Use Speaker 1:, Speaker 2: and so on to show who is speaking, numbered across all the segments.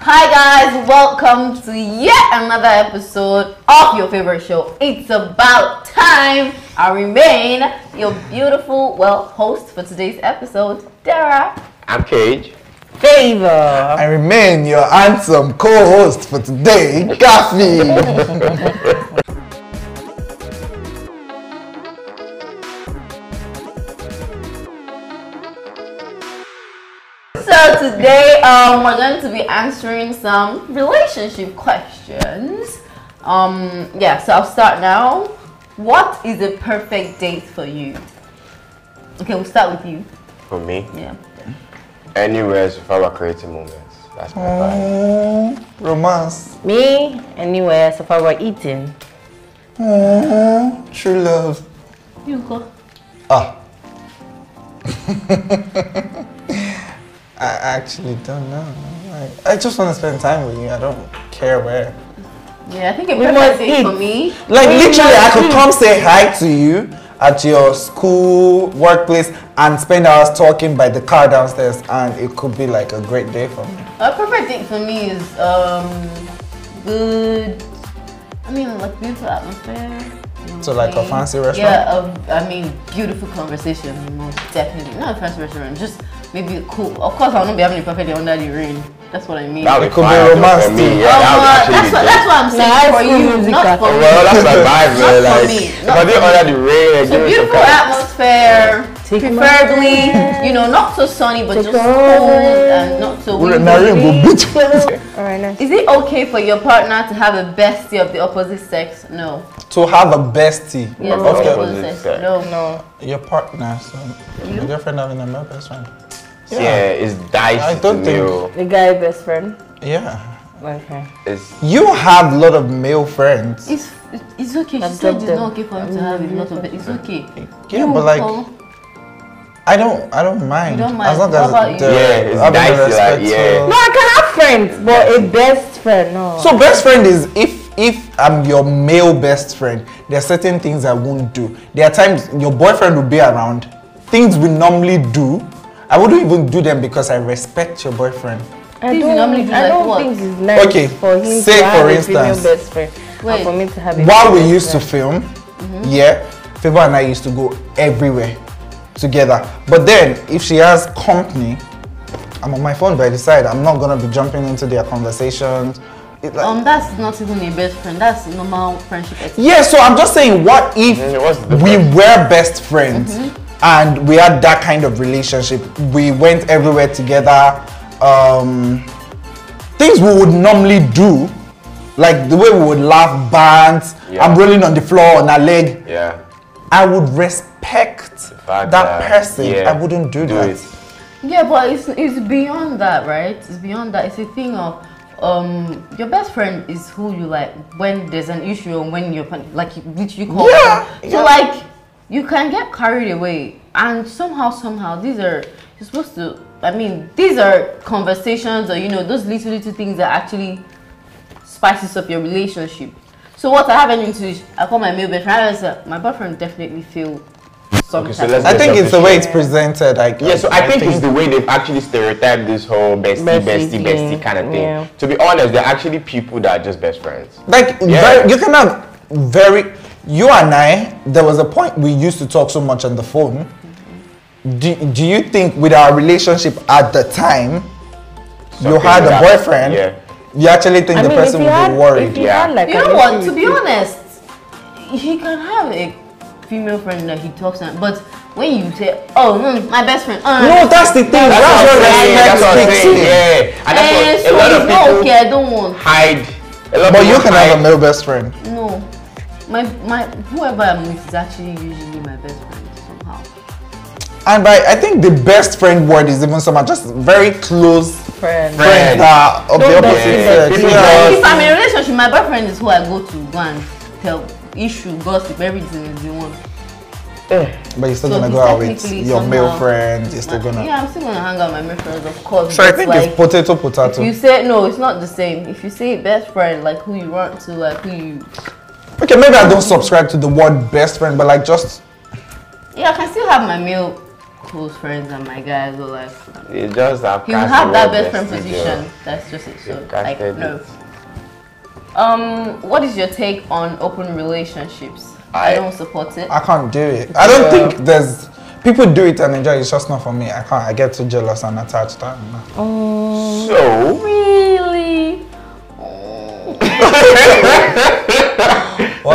Speaker 1: Hi guys, welcome to yet another episode of your favorite show. It's about time. I remain your beautiful, well, host for today's episode, Dara.
Speaker 2: I'm Cage.
Speaker 3: favor.
Speaker 4: I remain your handsome co-host for today, Gaffy.
Speaker 1: So today, um, we're going to be answering some relationship questions. Um, yeah. So I'll start now. What is a perfect date for you? Okay, we'll start with you.
Speaker 2: For me,
Speaker 1: Yeah.
Speaker 2: anywhere is for our creative moments. That's my vibe.
Speaker 4: Mm, Romance,
Speaker 3: Me, anywhere, so far we're eating.
Speaker 4: Mm, true love.
Speaker 1: You go.
Speaker 4: Ah. I actually don't know. I, I just want to spend time with you. I don't care where.
Speaker 1: Yeah, I think a
Speaker 3: We
Speaker 1: perfect
Speaker 3: must
Speaker 1: date for
Speaker 3: eat.
Speaker 1: me.
Speaker 4: Like
Speaker 3: We
Speaker 4: literally, I could
Speaker 3: must-
Speaker 4: come say hi to you at your school, workplace, and spend hours talking by the car downstairs, and it could be like a great day for me.
Speaker 1: A perfect date for me is um good. I mean, like beautiful atmosphere. you know
Speaker 4: So,
Speaker 1: what
Speaker 4: like, a
Speaker 1: I mean?
Speaker 4: fancy restaurant?
Speaker 1: Yeah, a, I mean, beautiful conversation, most definitely. Not a fancy restaurant, just maybe cool. Of course, I'll not be having a perfect day under the rain. That's what I mean.
Speaker 2: That would
Speaker 4: It
Speaker 2: be
Speaker 4: could be
Speaker 2: fire though
Speaker 4: romance
Speaker 2: for me.
Speaker 4: too.
Speaker 1: Um,
Speaker 2: Yeah, that would
Speaker 1: that's,
Speaker 2: actually
Speaker 1: what,
Speaker 2: be
Speaker 1: that's
Speaker 2: dope.
Speaker 1: what I'm saying
Speaker 3: Nice
Speaker 1: for you,
Speaker 3: music,
Speaker 1: not
Speaker 3: that's
Speaker 1: for me.
Speaker 2: Well, that's my vibe,
Speaker 1: Not for
Speaker 2: man.
Speaker 1: me,
Speaker 2: Like, if
Speaker 1: not
Speaker 2: I did
Speaker 1: for
Speaker 2: under the rain, like,
Speaker 1: It's a
Speaker 2: give me some
Speaker 1: beautiful
Speaker 2: kind of-
Speaker 1: atmosphere,
Speaker 3: Take my
Speaker 1: preferably,
Speaker 3: hand.
Speaker 1: you know, not so sunny, but just
Speaker 3: Take my
Speaker 1: cool
Speaker 3: hand.
Speaker 1: and not so
Speaker 4: Ure
Speaker 1: windy.
Speaker 4: na rainbow beach.
Speaker 3: Alright, nice.
Speaker 1: Is it okay for your partner to have a bestie of the opposite sex? No.
Speaker 4: To have a bestie
Speaker 1: Yes, of
Speaker 4: of
Speaker 1: the
Speaker 4: your
Speaker 2: opposite
Speaker 1: opposite sex.
Speaker 2: sex.
Speaker 1: No.
Speaker 3: No.
Speaker 4: Your partner, so your girlfriend having a male best friend.
Speaker 2: Yeah, it's dicey
Speaker 4: I don't
Speaker 2: to me.
Speaker 4: think-
Speaker 2: oh.
Speaker 3: The guy best friend.
Speaker 4: Yeah.
Speaker 3: Okay.
Speaker 2: It's
Speaker 4: You have a lot of male friends.
Speaker 1: It's it's okay. She
Speaker 3: I've
Speaker 1: said
Speaker 3: dropped
Speaker 1: it's
Speaker 3: them.
Speaker 1: not okay for him to have it. Not okay. It's okay.
Speaker 4: Yeah,
Speaker 1: You
Speaker 4: but like
Speaker 1: go.
Speaker 4: I don't I don't mind.
Speaker 1: don't mind.
Speaker 4: As long
Speaker 1: What about
Speaker 4: as the
Speaker 2: you? Yeah, it's
Speaker 4: having a
Speaker 2: dicey, like,
Speaker 4: respectful-
Speaker 3: No, I can have friends, but a best friend, no.
Speaker 4: So best friend is if if I'm your male best friend, there are certain things I won't do. There are times your boyfriend will be around, things we normally do. I wouldn't even do them because I respect your boyfriend.
Speaker 3: I
Speaker 1: Things you
Speaker 3: don't,
Speaker 1: normally do,
Speaker 3: I
Speaker 1: like
Speaker 3: don't
Speaker 1: what?
Speaker 3: think it's nice
Speaker 4: Okay,
Speaker 3: for him
Speaker 4: say
Speaker 3: to have
Speaker 4: for
Speaker 3: a
Speaker 4: instance-
Speaker 3: female best friend.
Speaker 1: Wait.
Speaker 3: And for me to have a
Speaker 4: while we
Speaker 3: female
Speaker 4: used to
Speaker 3: best
Speaker 4: film, yeah, Favour and I used to go everywhere together. But then if she has company, I'm on my phone by the side. I'm not gonna be jumping into their conversations. It like,
Speaker 1: Um, that's not even a best friend. That's normal friendship. ex-
Speaker 4: yeah, so I'm just saying, what if
Speaker 2: Mm, what's the
Speaker 4: we
Speaker 2: difference?
Speaker 4: were best friends and we had that kind of relationship? We went everywhere together. Um, things we would normally do, like the way we would laugh, bands.
Speaker 2: Yeah.
Speaker 4: I'm rolling on the floor on her leg.
Speaker 2: yeah.
Speaker 4: I would respect
Speaker 2: fact
Speaker 4: that,
Speaker 2: that-
Speaker 4: person.
Speaker 2: yeah,
Speaker 4: I wouldn't do,
Speaker 2: do
Speaker 4: that.
Speaker 2: it.
Speaker 1: Yeah, but it's it's beyond that, right? It's beyond that. It's a thing of um your best friend is who you like when there's an issue and when you're pan- like you- which you call.
Speaker 4: Yeah,
Speaker 1: them. So
Speaker 4: yeah.
Speaker 1: like you can get carried away and somehow somehow these are you're supposed to. I mean these are conversations or you know those little little things that actually spices up your relationship. So what I haven't into is I call my male best friend. I said, my boyfriend definitely feel. some
Speaker 2: Okay, so
Speaker 1: type
Speaker 2: let's
Speaker 1: of
Speaker 4: I think it's the way it's
Speaker 3: Yeah.
Speaker 4: presented. Like,
Speaker 2: Yeah, so I, think, it's the way they've actually stereotyped this whole bestie,
Speaker 3: Bestie
Speaker 2: bestie, bestie,
Speaker 3: thing,
Speaker 2: kind of thing.
Speaker 3: yeah.
Speaker 2: To be honest, they're actually people that are just best friends.
Speaker 4: like
Speaker 2: Yeah.
Speaker 4: very, you can have very. You and I, there was a point we used to talk so much on the phone. Do, do you think with our relationship at the time, you
Speaker 2: Something
Speaker 4: had
Speaker 2: would
Speaker 4: a
Speaker 2: happen,
Speaker 4: boyfriend?
Speaker 2: yeah.
Speaker 4: You actually think
Speaker 3: friend. I
Speaker 4: the
Speaker 3: mean, if
Speaker 4: person
Speaker 3: you
Speaker 4: would
Speaker 3: had,
Speaker 4: be worried?
Speaker 3: if you
Speaker 2: Yeah.
Speaker 3: had like
Speaker 1: you
Speaker 3: an
Speaker 1: know what?
Speaker 3: issue
Speaker 1: To be
Speaker 3: with-
Speaker 1: honest, he can have a female friend that he talks to, but when you say, "Oh, mm, my best friend," uh,
Speaker 4: No, that's the thing. That's,
Speaker 2: That's what
Speaker 4: what
Speaker 2: I'm saying. That's what I'm
Speaker 4: respect
Speaker 2: saying.
Speaker 4: speaks in.
Speaker 2: Yeah, and that's
Speaker 1: eh,
Speaker 2: what
Speaker 1: so
Speaker 2: a lot of
Speaker 1: it's not
Speaker 2: people
Speaker 1: okay. I don't want.
Speaker 2: hide. A lot of
Speaker 4: But you
Speaker 2: people
Speaker 4: can
Speaker 2: hide.
Speaker 4: have a male best friend.
Speaker 1: No, my my whoever I'm with is actually usually my best friend somehow.
Speaker 4: And by, I think the best friend word is even so much just very close
Speaker 3: friend.
Speaker 2: Friend.
Speaker 4: friends are of the
Speaker 3: Don't
Speaker 4: opposite
Speaker 3: best
Speaker 4: sex.
Speaker 2: friends.
Speaker 4: Yeah.
Speaker 1: If I'm in a relationship, my boyfriend is who I go to go and tell issue, gossip, everything is the one.
Speaker 4: But you're still
Speaker 1: So
Speaker 4: gonna
Speaker 1: he's
Speaker 4: go out with
Speaker 1: technically
Speaker 4: your male
Speaker 1: somehow-
Speaker 4: friend. You're still gonna.
Speaker 1: Yeah, I'm still gonna hang out with my male friends, of course.
Speaker 4: So I
Speaker 1: but
Speaker 4: think
Speaker 1: like,
Speaker 4: it's potato
Speaker 1: If you
Speaker 4: potato.
Speaker 1: say no, it's not the same. If you say best friend, like who you want to, like who you,
Speaker 4: Okay, maybe I don't subscribe to the word best friend, but like just
Speaker 1: yeah, I can still have my male close friends and my guys were like
Speaker 2: You just have
Speaker 1: he will
Speaker 2: cast
Speaker 1: have
Speaker 2: the
Speaker 1: that
Speaker 2: word
Speaker 1: best friend
Speaker 2: vestigial.
Speaker 1: position. That's just it. So
Speaker 2: You've
Speaker 1: like
Speaker 2: casted
Speaker 1: no.
Speaker 2: it.
Speaker 1: Um, what is your take on open relationships? I,
Speaker 4: I-
Speaker 1: don't support it.
Speaker 4: I can't do it. I don't
Speaker 3: Yeah.
Speaker 4: think there's people do it and enjoy. it. It's just not for me. I can't. I get too jealous and attached. I don't know.
Speaker 2: So,
Speaker 1: really?
Speaker 4: Well,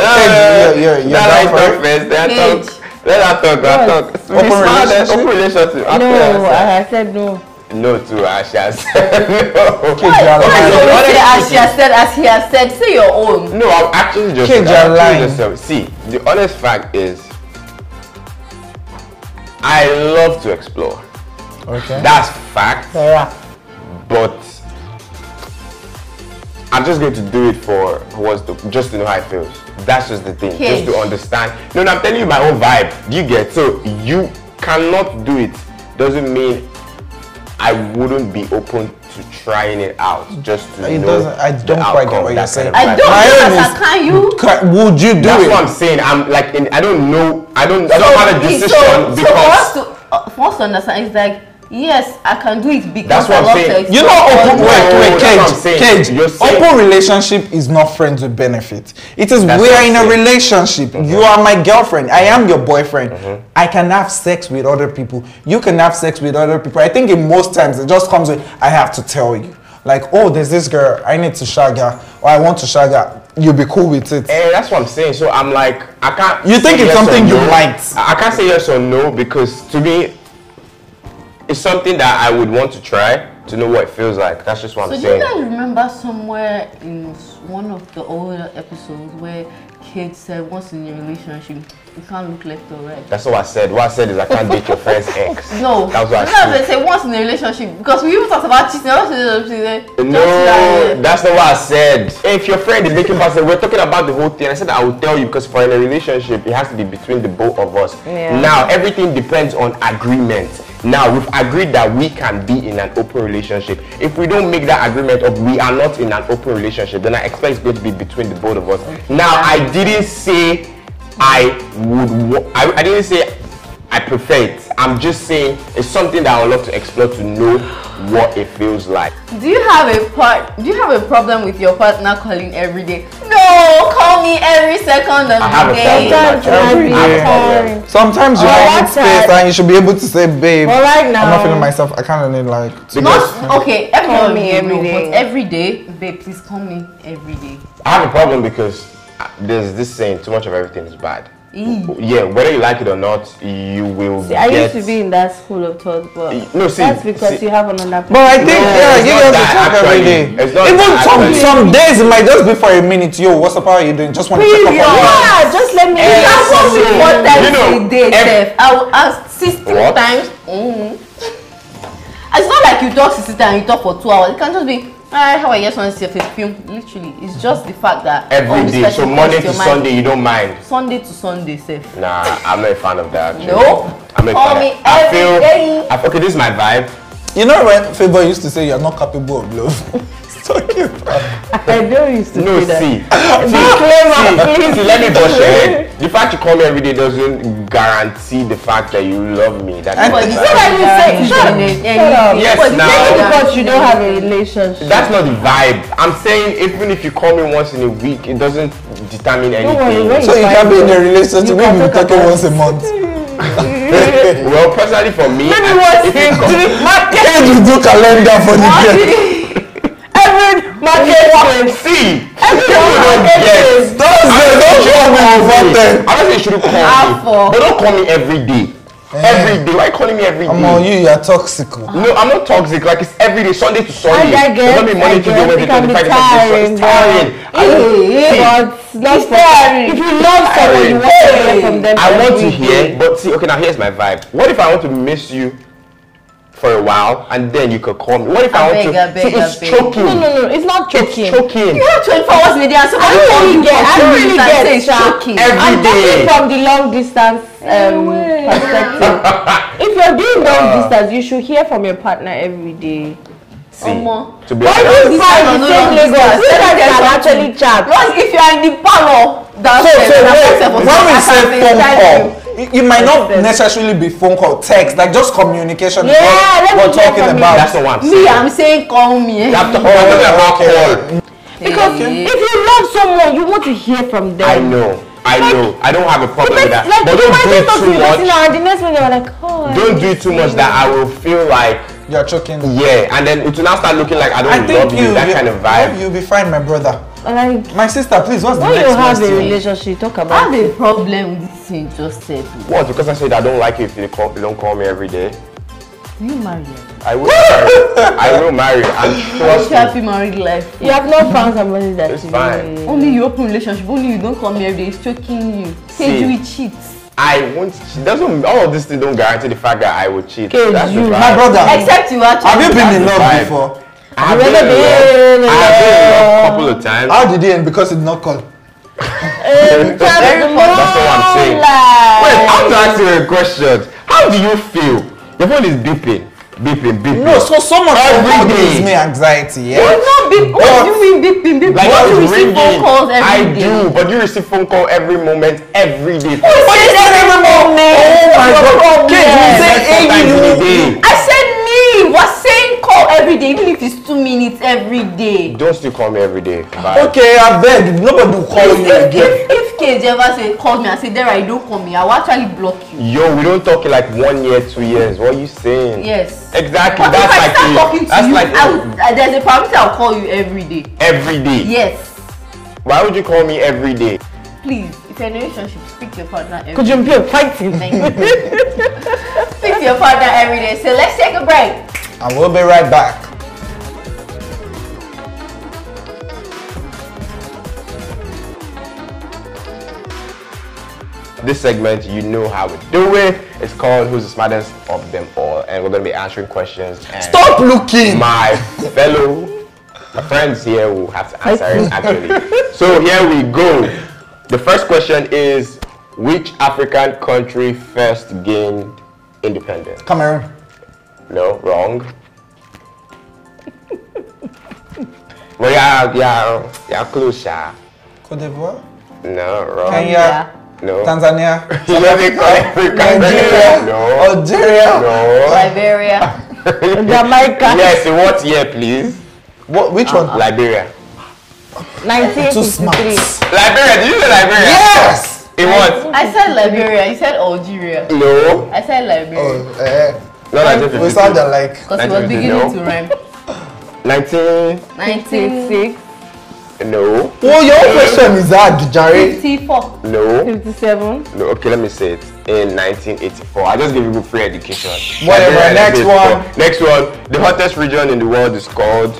Speaker 2: Uh,
Speaker 4: Tej, you're, you're, you're
Speaker 2: that
Speaker 4: down
Speaker 2: I
Speaker 4: for
Speaker 2: talk
Speaker 4: it?
Speaker 2: first, then I
Speaker 1: Page.
Speaker 2: talk. Then I talk, I
Speaker 3: What?
Speaker 2: talk. Open
Speaker 4: relationship?
Speaker 2: Open relationship. after
Speaker 3: No,
Speaker 2: I
Speaker 3: I, I said no.
Speaker 2: said no to Asha. no.
Speaker 4: Tej, you're
Speaker 1: I
Speaker 4: lying.
Speaker 1: always
Speaker 2: what
Speaker 1: say,
Speaker 2: is
Speaker 1: as she has said, as he has said, say your own.
Speaker 2: No, I'm actually just
Speaker 4: Kid, you're
Speaker 2: I'm
Speaker 4: lying.
Speaker 2: actually just- See, the honest fact is, I love to explore.
Speaker 4: Okay.
Speaker 2: That's fact.
Speaker 3: Sarah.
Speaker 2: But I'm just going to do it for what's the just to know how it feels. That's just the thing.
Speaker 1: Kid.
Speaker 2: Just to understand. No, no, I'm telling you my own vibe. You get so you cannot do it. Doesn't mean I wouldn't be open to trying it out just to
Speaker 4: It
Speaker 2: know
Speaker 4: doesn't- I
Speaker 2: the
Speaker 4: don't quite get
Speaker 2: outcome, that
Speaker 4: what you're
Speaker 2: kind
Speaker 4: saying.
Speaker 2: of
Speaker 1: I
Speaker 2: vibe.
Speaker 1: don't
Speaker 4: My own
Speaker 1: know,
Speaker 4: is-
Speaker 1: can you?
Speaker 4: Ca- Would you do
Speaker 2: That's
Speaker 4: it?
Speaker 2: what I'm saying. I'm like, in, I don't know. I don't. I don't have a
Speaker 1: Okay,
Speaker 2: decision
Speaker 1: so, so for us
Speaker 2: because
Speaker 1: to uh, for us to understand, it's like yes, I can do it because
Speaker 2: That's what
Speaker 1: I
Speaker 2: I'm
Speaker 1: love
Speaker 2: saying.
Speaker 1: sex.
Speaker 4: You know, open,
Speaker 2: No,
Speaker 4: wait, wait,
Speaker 2: that's what I'm
Speaker 4: Cage,
Speaker 2: saying.
Speaker 4: Cage,
Speaker 2: You're saying-
Speaker 4: open relationship is not friends with benefit. It is
Speaker 2: That's
Speaker 4: we
Speaker 2: what
Speaker 4: are
Speaker 2: I'm
Speaker 4: in a
Speaker 2: saying. Mm-hmm.
Speaker 4: relationship. You are my girlfriend. I am your boyfriend. I can have sex with other people. You can have sex with other people. I think in most times it just comes with, I have to tell you. Like, oh, there's this girl, I need to shag her, or I want to shag her. You'll be cool with it.
Speaker 2: Eh, that's what I'm saying. So I'm like, I can't.
Speaker 4: You think
Speaker 2: say yes
Speaker 4: it's
Speaker 2: or
Speaker 4: something you
Speaker 2: no.
Speaker 4: liked.
Speaker 2: I I can't say yes or no because to me, it's something that I would want to try to know what it feels like. That's just what
Speaker 1: So
Speaker 2: I'm
Speaker 1: do you
Speaker 2: saying.
Speaker 1: guys remember somewhere in s- one of the older episodes where Kate said once in a relationship you can't look left or right?
Speaker 2: That's what I said. What I said is I can't date your friend's ex.
Speaker 1: No,
Speaker 2: That's
Speaker 1: you
Speaker 2: what I
Speaker 1: know
Speaker 2: said.
Speaker 1: they say once in a relationship because we even talked about cheating. I was just saying, just
Speaker 2: No,
Speaker 1: like-
Speaker 2: that's not what I said. If your friend is making passes, we're talking about the whole thing. I said I will tell you because for in a relationship, it has to be between the both of us.
Speaker 3: Yeah.
Speaker 2: Now everything depends on agreement. Now we've agreed that we can be in an open relationship. If we don't make that agreement of we are not in an open relationship, then I expect it's going to be between the both of us. Now I didn't say I would. Wa- I, I didn't say I prefer it. I'm just saying it's something that I would love to explore to know what it feels like.
Speaker 1: Do you have a part? Do you have a problem with your partner calling every day? No, call me every second of
Speaker 2: I have
Speaker 1: the day.
Speaker 2: a problem.
Speaker 3: Sometimes I
Speaker 4: Every
Speaker 3: be
Speaker 4: day.
Speaker 3: tired.
Speaker 4: Sometimes you
Speaker 3: Oh,
Speaker 4: need
Speaker 3: that's
Speaker 4: space
Speaker 3: it.
Speaker 4: and you should be able to say, babe,
Speaker 3: But right now,
Speaker 4: I'm not feeling myself. I kind of need, like, to
Speaker 1: Not okay. Every
Speaker 3: Call
Speaker 1: day,
Speaker 3: me
Speaker 1: no,
Speaker 3: every day.
Speaker 1: but every day, babe, please call me every day.
Speaker 2: I have a problem because uh, there's this saying too much of everything is bad.
Speaker 1: Mm.
Speaker 2: Yeah, whether you like it or not, you will
Speaker 3: See, I
Speaker 2: get.
Speaker 3: used to be in that school of thought, but
Speaker 2: No, see,
Speaker 3: that's because
Speaker 2: see-
Speaker 3: you have another.
Speaker 4: But I think
Speaker 2: No,
Speaker 4: yeah,
Speaker 2: it's
Speaker 4: you
Speaker 2: not
Speaker 4: guys
Speaker 2: that
Speaker 4: will talk every
Speaker 2: actually.
Speaker 4: day.
Speaker 2: It's not
Speaker 4: Even
Speaker 2: that
Speaker 4: some
Speaker 2: actually.
Speaker 4: some days it might just be for a minute. Yo, what's up? How are you doing? Just want to check up on you.
Speaker 3: yeah, just let me.
Speaker 1: That's what we
Speaker 2: Eh, you
Speaker 1: want times
Speaker 2: know,
Speaker 1: a
Speaker 2: eh,
Speaker 1: day,
Speaker 2: ev-
Speaker 1: Sef. I will ask sixty
Speaker 2: What?
Speaker 1: times. Mm. It's not like you talk sixty times, you talk for two hours. It can just be, alright, how are you? Just want to see a film. Literally, it's just the fact that
Speaker 2: every
Speaker 1: oh, this
Speaker 2: day. So
Speaker 1: person
Speaker 2: Monday
Speaker 1: crossed
Speaker 2: to
Speaker 1: your mind.
Speaker 2: Sunday, you don't mind.
Speaker 1: Sunday to Sunday, Sef.
Speaker 2: Nah, I'm not a fan of that. Actually.
Speaker 1: No.
Speaker 2: I'm not a
Speaker 1: Call
Speaker 2: fan.
Speaker 1: me
Speaker 2: of- I
Speaker 1: every
Speaker 2: feel.
Speaker 1: day.
Speaker 2: I, okay, this is my vibe.
Speaker 4: You know when Favour used to say you're not capable of love. it's so cute.
Speaker 3: I don't used to
Speaker 2: No,
Speaker 3: do that.
Speaker 2: see.
Speaker 3: Disclaimer,
Speaker 2: see, let me brush your head. The fact you call me every day doesn't guarantee the fact that you love me. That's
Speaker 1: But you
Speaker 2: not the
Speaker 1: see
Speaker 2: vibe.
Speaker 1: what I just
Speaker 3: Yeah.
Speaker 1: said? Shut
Speaker 3: Yeah.
Speaker 1: up.
Speaker 3: Shut up.
Speaker 2: Yes,
Speaker 1: But you
Speaker 2: now.
Speaker 1: said it
Speaker 3: because you don't have a relationship.
Speaker 2: That's not the vibe. I'm saying even if you call me once in a week, it doesn't determine anything.
Speaker 3: Don't worry, when
Speaker 4: So you can be in a relationship.
Speaker 3: You
Speaker 4: Maybe
Speaker 3: can
Speaker 4: we
Speaker 3: talk
Speaker 4: talking
Speaker 3: about
Speaker 4: once a month.
Speaker 2: well, personally for me,
Speaker 3: Maybe
Speaker 2: I-
Speaker 3: once
Speaker 2: if you
Speaker 3: in
Speaker 2: come-
Speaker 3: three market
Speaker 4: Can you do calendar for the year?
Speaker 3: every market
Speaker 2: Everyone
Speaker 3: place.
Speaker 2: see.
Speaker 3: Everyone
Speaker 2: Yes.
Speaker 3: gets-
Speaker 4: Don't
Speaker 2: I
Speaker 4: say
Speaker 2: don't
Speaker 4: don't
Speaker 2: think you
Speaker 4: call
Speaker 2: should
Speaker 4: me
Speaker 2: call
Speaker 4: over
Speaker 2: me.
Speaker 4: ten.
Speaker 2: I don't think you should
Speaker 1: Ah,
Speaker 2: call
Speaker 1: for-
Speaker 2: me. But don't call me every day. Every day. Why you calling me every
Speaker 4: Eh. Come on,
Speaker 2: day?
Speaker 4: you, you're toxic.
Speaker 1: Ah.
Speaker 4: oh.
Speaker 2: No, I'm not toxic. Like it's every day, Sunday to Sunday.
Speaker 3: I
Speaker 2: It's not be
Speaker 3: guess, I
Speaker 2: Monday, Tuesday,
Speaker 3: guess
Speaker 2: Wednesday,
Speaker 3: it can be
Speaker 2: Thursday, Friday,
Speaker 3: tiring,
Speaker 2: Saturday, Sunday. It's tiring.
Speaker 3: but-
Speaker 2: I don't- see,
Speaker 3: But not
Speaker 1: It's
Speaker 3: for
Speaker 1: tiring.
Speaker 3: If you love someone, you want to hear from them.
Speaker 2: I want to
Speaker 3: every
Speaker 2: hear,
Speaker 3: day.
Speaker 2: but see, okay, now here's my vibe. What if I want to miss you for a while and then you could call me? What if I,
Speaker 1: I
Speaker 2: want
Speaker 1: beg,
Speaker 2: to?
Speaker 1: I beg,
Speaker 2: see, it's
Speaker 1: I beg.
Speaker 2: choking.
Speaker 3: No, no, no. It's not choking.
Speaker 2: It's choking.
Speaker 1: You have 24 hours in a day and somebody
Speaker 3: don't
Speaker 1: call you
Speaker 3: really
Speaker 1: for
Speaker 3: get- I
Speaker 1: two
Speaker 3: don't
Speaker 1: minutes
Speaker 3: really
Speaker 1: and
Speaker 3: get
Speaker 1: say it's
Speaker 3: sharp.
Speaker 1: shocking.
Speaker 2: Every
Speaker 3: I'm
Speaker 2: day.
Speaker 3: talking from the long distance um,
Speaker 1: way.
Speaker 3: perspective. if you're doing long
Speaker 2: Ah.
Speaker 3: distance, you should hear from your partner every day.
Speaker 2: See,
Speaker 1: Omo.
Speaker 2: to be
Speaker 3: Why
Speaker 2: honest,
Speaker 3: do you
Speaker 1: distance
Speaker 3: find
Speaker 1: or
Speaker 3: the
Speaker 1: no
Speaker 3: same
Speaker 1: long distance?
Speaker 3: Lagos? You
Speaker 1: Let me
Speaker 3: guys
Speaker 1: tell
Speaker 3: can
Speaker 1: you
Speaker 3: actually chat.
Speaker 1: Once if you are in the parlour, that's
Speaker 4: So,
Speaker 1: it.
Speaker 4: so
Speaker 1: That's
Speaker 4: wait,
Speaker 1: it.
Speaker 4: when we
Speaker 1: I
Speaker 4: say
Speaker 1: can
Speaker 4: phone
Speaker 1: tell
Speaker 4: call,
Speaker 1: you.
Speaker 4: it, it might not necessarily be phone call, text, like just communication. is
Speaker 1: Yeah, let
Speaker 4: what
Speaker 1: me
Speaker 4: we're
Speaker 1: hear
Speaker 4: talking
Speaker 1: from you.
Speaker 4: about.
Speaker 2: That's the one.
Speaker 1: Me, I'm saying call me.
Speaker 2: That's the one.
Speaker 4: okay.
Speaker 2: Talking about call.
Speaker 1: Because
Speaker 4: Okay.
Speaker 1: if you love someone, you want to hear from them.
Speaker 2: I know. I
Speaker 1: Like-
Speaker 2: know. I don't have a problem with
Speaker 1: Like,
Speaker 2: that.
Speaker 1: like
Speaker 2: But
Speaker 1: you
Speaker 2: don't
Speaker 1: might
Speaker 2: do
Speaker 1: just
Speaker 2: it
Speaker 1: talk to the person
Speaker 2: too much.
Speaker 1: now, and the next minute you're like, oh. I
Speaker 2: Don't do
Speaker 1: didn't
Speaker 2: it too
Speaker 1: see
Speaker 2: much
Speaker 1: you.
Speaker 2: that I will feel like
Speaker 4: You're choking.
Speaker 2: yeah, and then it will now start looking like I don't
Speaker 4: I think
Speaker 2: love you.
Speaker 4: you,
Speaker 2: That
Speaker 4: you-
Speaker 2: kind of vibe.
Speaker 4: You'll be fine, my brother.
Speaker 3: Like,
Speaker 4: My sister, please, what's the
Speaker 3: when
Speaker 4: next
Speaker 3: you have a
Speaker 4: question?
Speaker 3: relationship, talk
Speaker 1: I have
Speaker 3: about
Speaker 1: a problem with this thing you just said.
Speaker 2: What? Because I said I don't like you if you call, you don't call me every day.
Speaker 1: Will you marry her?
Speaker 2: I will marry. I will marry. And
Speaker 1: What's your
Speaker 2: trust me,
Speaker 1: happy married life?
Speaker 3: You have not found somebody that
Speaker 2: It's
Speaker 3: you
Speaker 2: fine.
Speaker 3: really-
Speaker 1: Only your open relationship, only you don't come here, they're choking you. Say
Speaker 2: See.
Speaker 1: you will cheat.
Speaker 2: I won't. She doesn't. All of these things don't guarantee the fact that I will cheat.
Speaker 3: Okay,
Speaker 2: That's the
Speaker 3: you-
Speaker 2: vibe.
Speaker 4: My brother,
Speaker 1: Except you actually.
Speaker 4: Ah. have you been in
Speaker 2: That's
Speaker 4: love
Speaker 2: the vibe.
Speaker 4: before?
Speaker 2: I've been in
Speaker 3: Never been
Speaker 2: love.
Speaker 3: in
Speaker 2: I've been in love a couple of times.
Speaker 4: How did it end? Because it not call.
Speaker 2: That's what I'm saying. Wait, I'm to ask you a question. How do you feel? Your phone is beeping, beeping, beeping.
Speaker 4: No, so someone
Speaker 2: Every
Speaker 4: somehow
Speaker 2: day.
Speaker 4: gives me anxiety. Yeah.
Speaker 1: It's not big. What do you mean big thing? Big
Speaker 2: like
Speaker 1: what
Speaker 2: it's
Speaker 1: you receive phone
Speaker 2: ringing.
Speaker 1: calls every
Speaker 2: I
Speaker 1: day?
Speaker 2: do, but you receive phone call every moment, every day.
Speaker 1: What is every moment?
Speaker 4: Oh my God.
Speaker 1: Kids,
Speaker 4: Kids,
Speaker 2: Like four
Speaker 4: say,
Speaker 2: times in a
Speaker 4: hey, you.
Speaker 2: day.
Speaker 1: I said me. We're saying call every day, even if it's two minutes every day.
Speaker 2: Don't still call me every day. Bye.
Speaker 4: Okay, I beg. Nobody will call you
Speaker 1: If,
Speaker 4: again.
Speaker 1: if, if KJ ever say call me and say there I don't call me, I will actually block you.
Speaker 2: Yo, we don't talk in like one year, two years. What are you saying?
Speaker 1: Yes.
Speaker 2: Exactly.
Speaker 1: But if
Speaker 2: that's
Speaker 1: I
Speaker 2: like
Speaker 1: start
Speaker 2: it.
Speaker 1: talking to
Speaker 2: that's
Speaker 1: you,
Speaker 2: like
Speaker 1: I would, uh, there's a parameter I'll call you every day.
Speaker 2: every day.
Speaker 1: Yes.
Speaker 2: Why would you call me every day?
Speaker 1: Please, if you're in a relationship, speak to your partner every
Speaker 3: Could you be fighting?
Speaker 1: Thank you. Speak to your partner every day. So let's take a break.
Speaker 4: I will be right back.
Speaker 2: This segment, you know how we do it. It's called Who's the Smartest of Them All? And we're going to be answering questions. And
Speaker 4: Stop looking.
Speaker 2: My fellow my friends here will have to answer it actually. So here we go. The first question is Which African country first gained independence?
Speaker 4: Cameroon.
Speaker 2: No, wrong. well, yeah, yeah, yeah, close, yeah.
Speaker 4: Cote d'Ivoire.
Speaker 2: No, wrong.
Speaker 4: Kenya.
Speaker 2: No.
Speaker 4: Tanzania.
Speaker 2: You know they call Africa.
Speaker 4: Nigeria.
Speaker 2: No.
Speaker 4: Algeria.
Speaker 2: No.
Speaker 1: Liberia.
Speaker 3: Jamaica.
Speaker 2: Yes, in what year, please?
Speaker 4: What? Which one?
Speaker 2: Liberia.
Speaker 4: Too smart.
Speaker 3: 1953.
Speaker 2: Liberia, did you say Liberia?
Speaker 4: Yes.
Speaker 2: In what?
Speaker 1: I said Liberia. You said Algeria.
Speaker 2: No.
Speaker 1: I said Liberia.
Speaker 4: Oh, eh.
Speaker 2: Not 1953.
Speaker 4: We sounded like.
Speaker 1: Because it was
Speaker 2: 1950,
Speaker 1: beginning
Speaker 2: no.
Speaker 1: to rhyme.
Speaker 2: 19.
Speaker 1: 1954.
Speaker 2: No.
Speaker 4: Well, your own question is hard, Jerry.
Speaker 2: No.
Speaker 3: 57.
Speaker 2: No. Okay, let me say it. In 1984. I just gave you free education.
Speaker 4: Whatever,
Speaker 2: Liberia,
Speaker 4: next
Speaker 2: 1984.
Speaker 4: one.
Speaker 2: Next one. The hottest region in the world is called.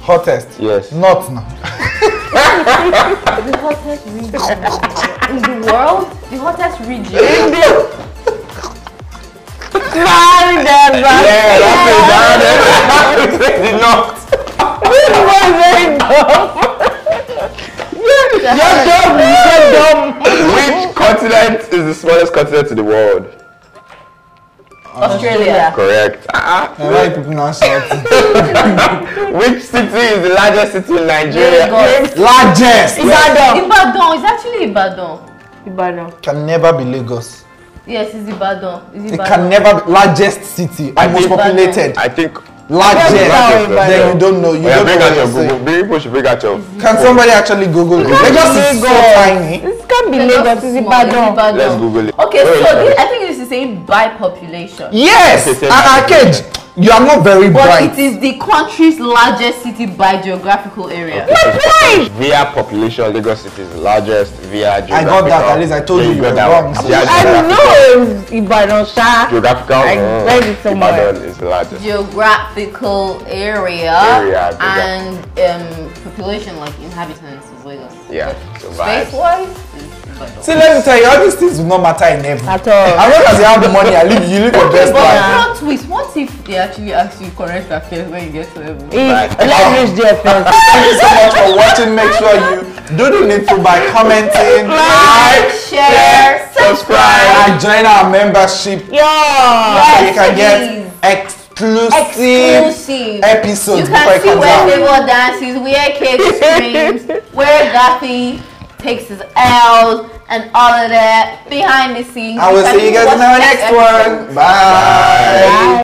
Speaker 4: Hottest.
Speaker 2: Yes.
Speaker 4: Not now.
Speaker 1: The hottest region in the world. The hottest region.
Speaker 2: India.
Speaker 3: Man, that's
Speaker 2: Yeah,
Speaker 3: right.
Speaker 2: that's it. That's it. Not.
Speaker 3: You are very dumb. You're dumb. You're dumb.
Speaker 2: Which continent is the smallest continent in the world?
Speaker 1: Australia.
Speaker 2: Correct. Ah,
Speaker 4: I like people now shouting.
Speaker 2: ah. Which city is the largest city in Nigeria?
Speaker 1: Lagos.
Speaker 4: Largest.
Speaker 3: Ibadan.
Speaker 1: Ibadan. It's actually Ibadan.
Speaker 3: Ibadan.
Speaker 4: Can never be Lagos.
Speaker 1: Yes, it's Ibadan. It's
Speaker 4: It
Speaker 1: Ibadan.
Speaker 4: can never be largest city,
Speaker 2: I
Speaker 4: most
Speaker 2: think-
Speaker 4: populated.
Speaker 2: I think.
Speaker 4: Largest.
Speaker 2: Largest,
Speaker 4: Then
Speaker 2: largest.
Speaker 4: you don't know. You
Speaker 2: Oh, yeah,
Speaker 4: don't know
Speaker 2: bring
Speaker 4: what
Speaker 2: out
Speaker 4: you're
Speaker 2: your
Speaker 4: saying.
Speaker 2: Google. People should bring out your.
Speaker 4: Can somebody actually Google it? Lagos is so tiny.
Speaker 3: This can't be
Speaker 1: Lagos
Speaker 3: Lagos.
Speaker 1: is
Speaker 3: It's
Speaker 1: small, it's
Speaker 3: Ibadan.
Speaker 1: Ibadan.
Speaker 2: Let's Google it.
Speaker 1: Okay,
Speaker 2: Wait,
Speaker 1: so
Speaker 2: wait,
Speaker 1: this,
Speaker 2: wait.
Speaker 1: I think this is saying by population.
Speaker 4: Yes,
Speaker 2: Okay, say
Speaker 4: and
Speaker 2: that.
Speaker 4: Akej, you are not very
Speaker 1: But
Speaker 4: bright.
Speaker 1: it is the country's largest city by geographical area.
Speaker 2: Via population, Lagos City is the largest. Via geographical.
Speaker 4: I got that, at least I told
Speaker 2: Yeah,
Speaker 4: you you
Speaker 2: got
Speaker 4: were
Speaker 2: that
Speaker 4: wrong.
Speaker 2: one.
Speaker 4: See,
Speaker 2: Via
Speaker 3: I
Speaker 2: geographical.
Speaker 3: know it's Ibadan, Sha.
Speaker 2: Geographical.
Speaker 3: I
Speaker 2: uh,
Speaker 3: read it somewhere.
Speaker 2: Ibadan is the largest.
Speaker 1: Geographical area,
Speaker 2: Area, bigger.
Speaker 1: and um, population, like inhabitants, is Lagos.
Speaker 2: Yeah. So
Speaker 1: Space
Speaker 2: vibes.
Speaker 1: wise, it's Ibadan.
Speaker 4: See, let me tell you, all these things will not matter in heaven. As
Speaker 3: At all.
Speaker 4: long as you have the money, I live, you live your best
Speaker 1: But
Speaker 4: life.
Speaker 1: plot twist, what if they actually ask you correct affairs when you get to heaven?
Speaker 3: If- Let's reach there first.
Speaker 4: Thank you so much for watching. Make sure you do the needful by commenting, like,
Speaker 1: Share, subscribe.
Speaker 4: and join our membership
Speaker 3: Yeah.
Speaker 4: so you can get
Speaker 1: please.
Speaker 4: exclusive,
Speaker 1: Exclusive.
Speaker 4: episodes
Speaker 1: You
Speaker 4: before
Speaker 1: can
Speaker 4: it
Speaker 1: see
Speaker 4: comes
Speaker 1: where
Speaker 4: out.
Speaker 1: Favour dances, where Cake screams, where Gaffy takes his L's, and all of that behind the scenes.
Speaker 4: I will see you guys in our next one. Bye.